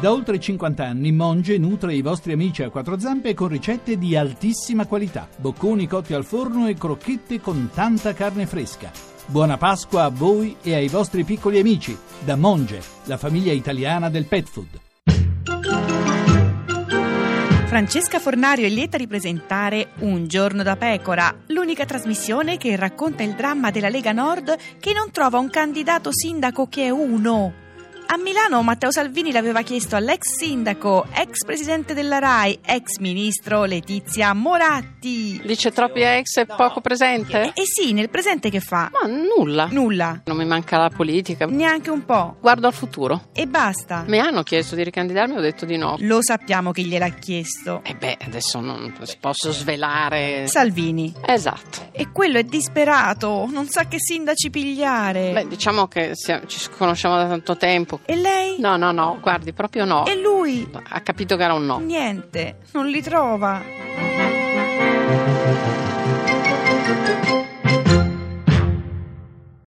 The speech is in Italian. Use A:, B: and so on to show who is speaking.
A: Da oltre 50 anni Monge nutre i vostri amici a quattro zampe con ricette di altissima qualità. Bocconi cotti al forno e crocchette con tanta carne fresca. Buona Pasqua a voi e ai vostri piccoli amici da Monge, la famiglia italiana del pet food.
B: Francesca Fornario è lieta di presentare Un giorno da pecora, l'unica trasmissione che racconta il dramma della Lega Nord che non trova un candidato sindaco che è uno. A Milano Matteo Salvini l'aveva chiesto all'ex sindaco, ex presidente della RAI, ex ministro Letizia Moratti.
C: Dice troppi ex e poco presente?
B: E sì, nel presente che fa?
C: Ma nulla.
B: Nulla,
C: Non mi manca la politica.
B: neanche un po'.
C: Guardo al futuro.
B: E basta.
C: Mi hanno chiesto di ricandidarmi, ho detto di no.
B: Lo sappiamo che gliel'ha chiesto.
C: E beh, adesso non posso svelare.
B: Salvini.
C: Esatto.
B: E quello è disperato, non sa che sindaci pigliare.
C: Beh, diciamo che sia- ci conosciamo da tanto tempo.
B: E lei?
C: No, no, no, guardi, proprio no.
B: E lui?
C: Ha capito che era un no.
B: Niente, non li trova.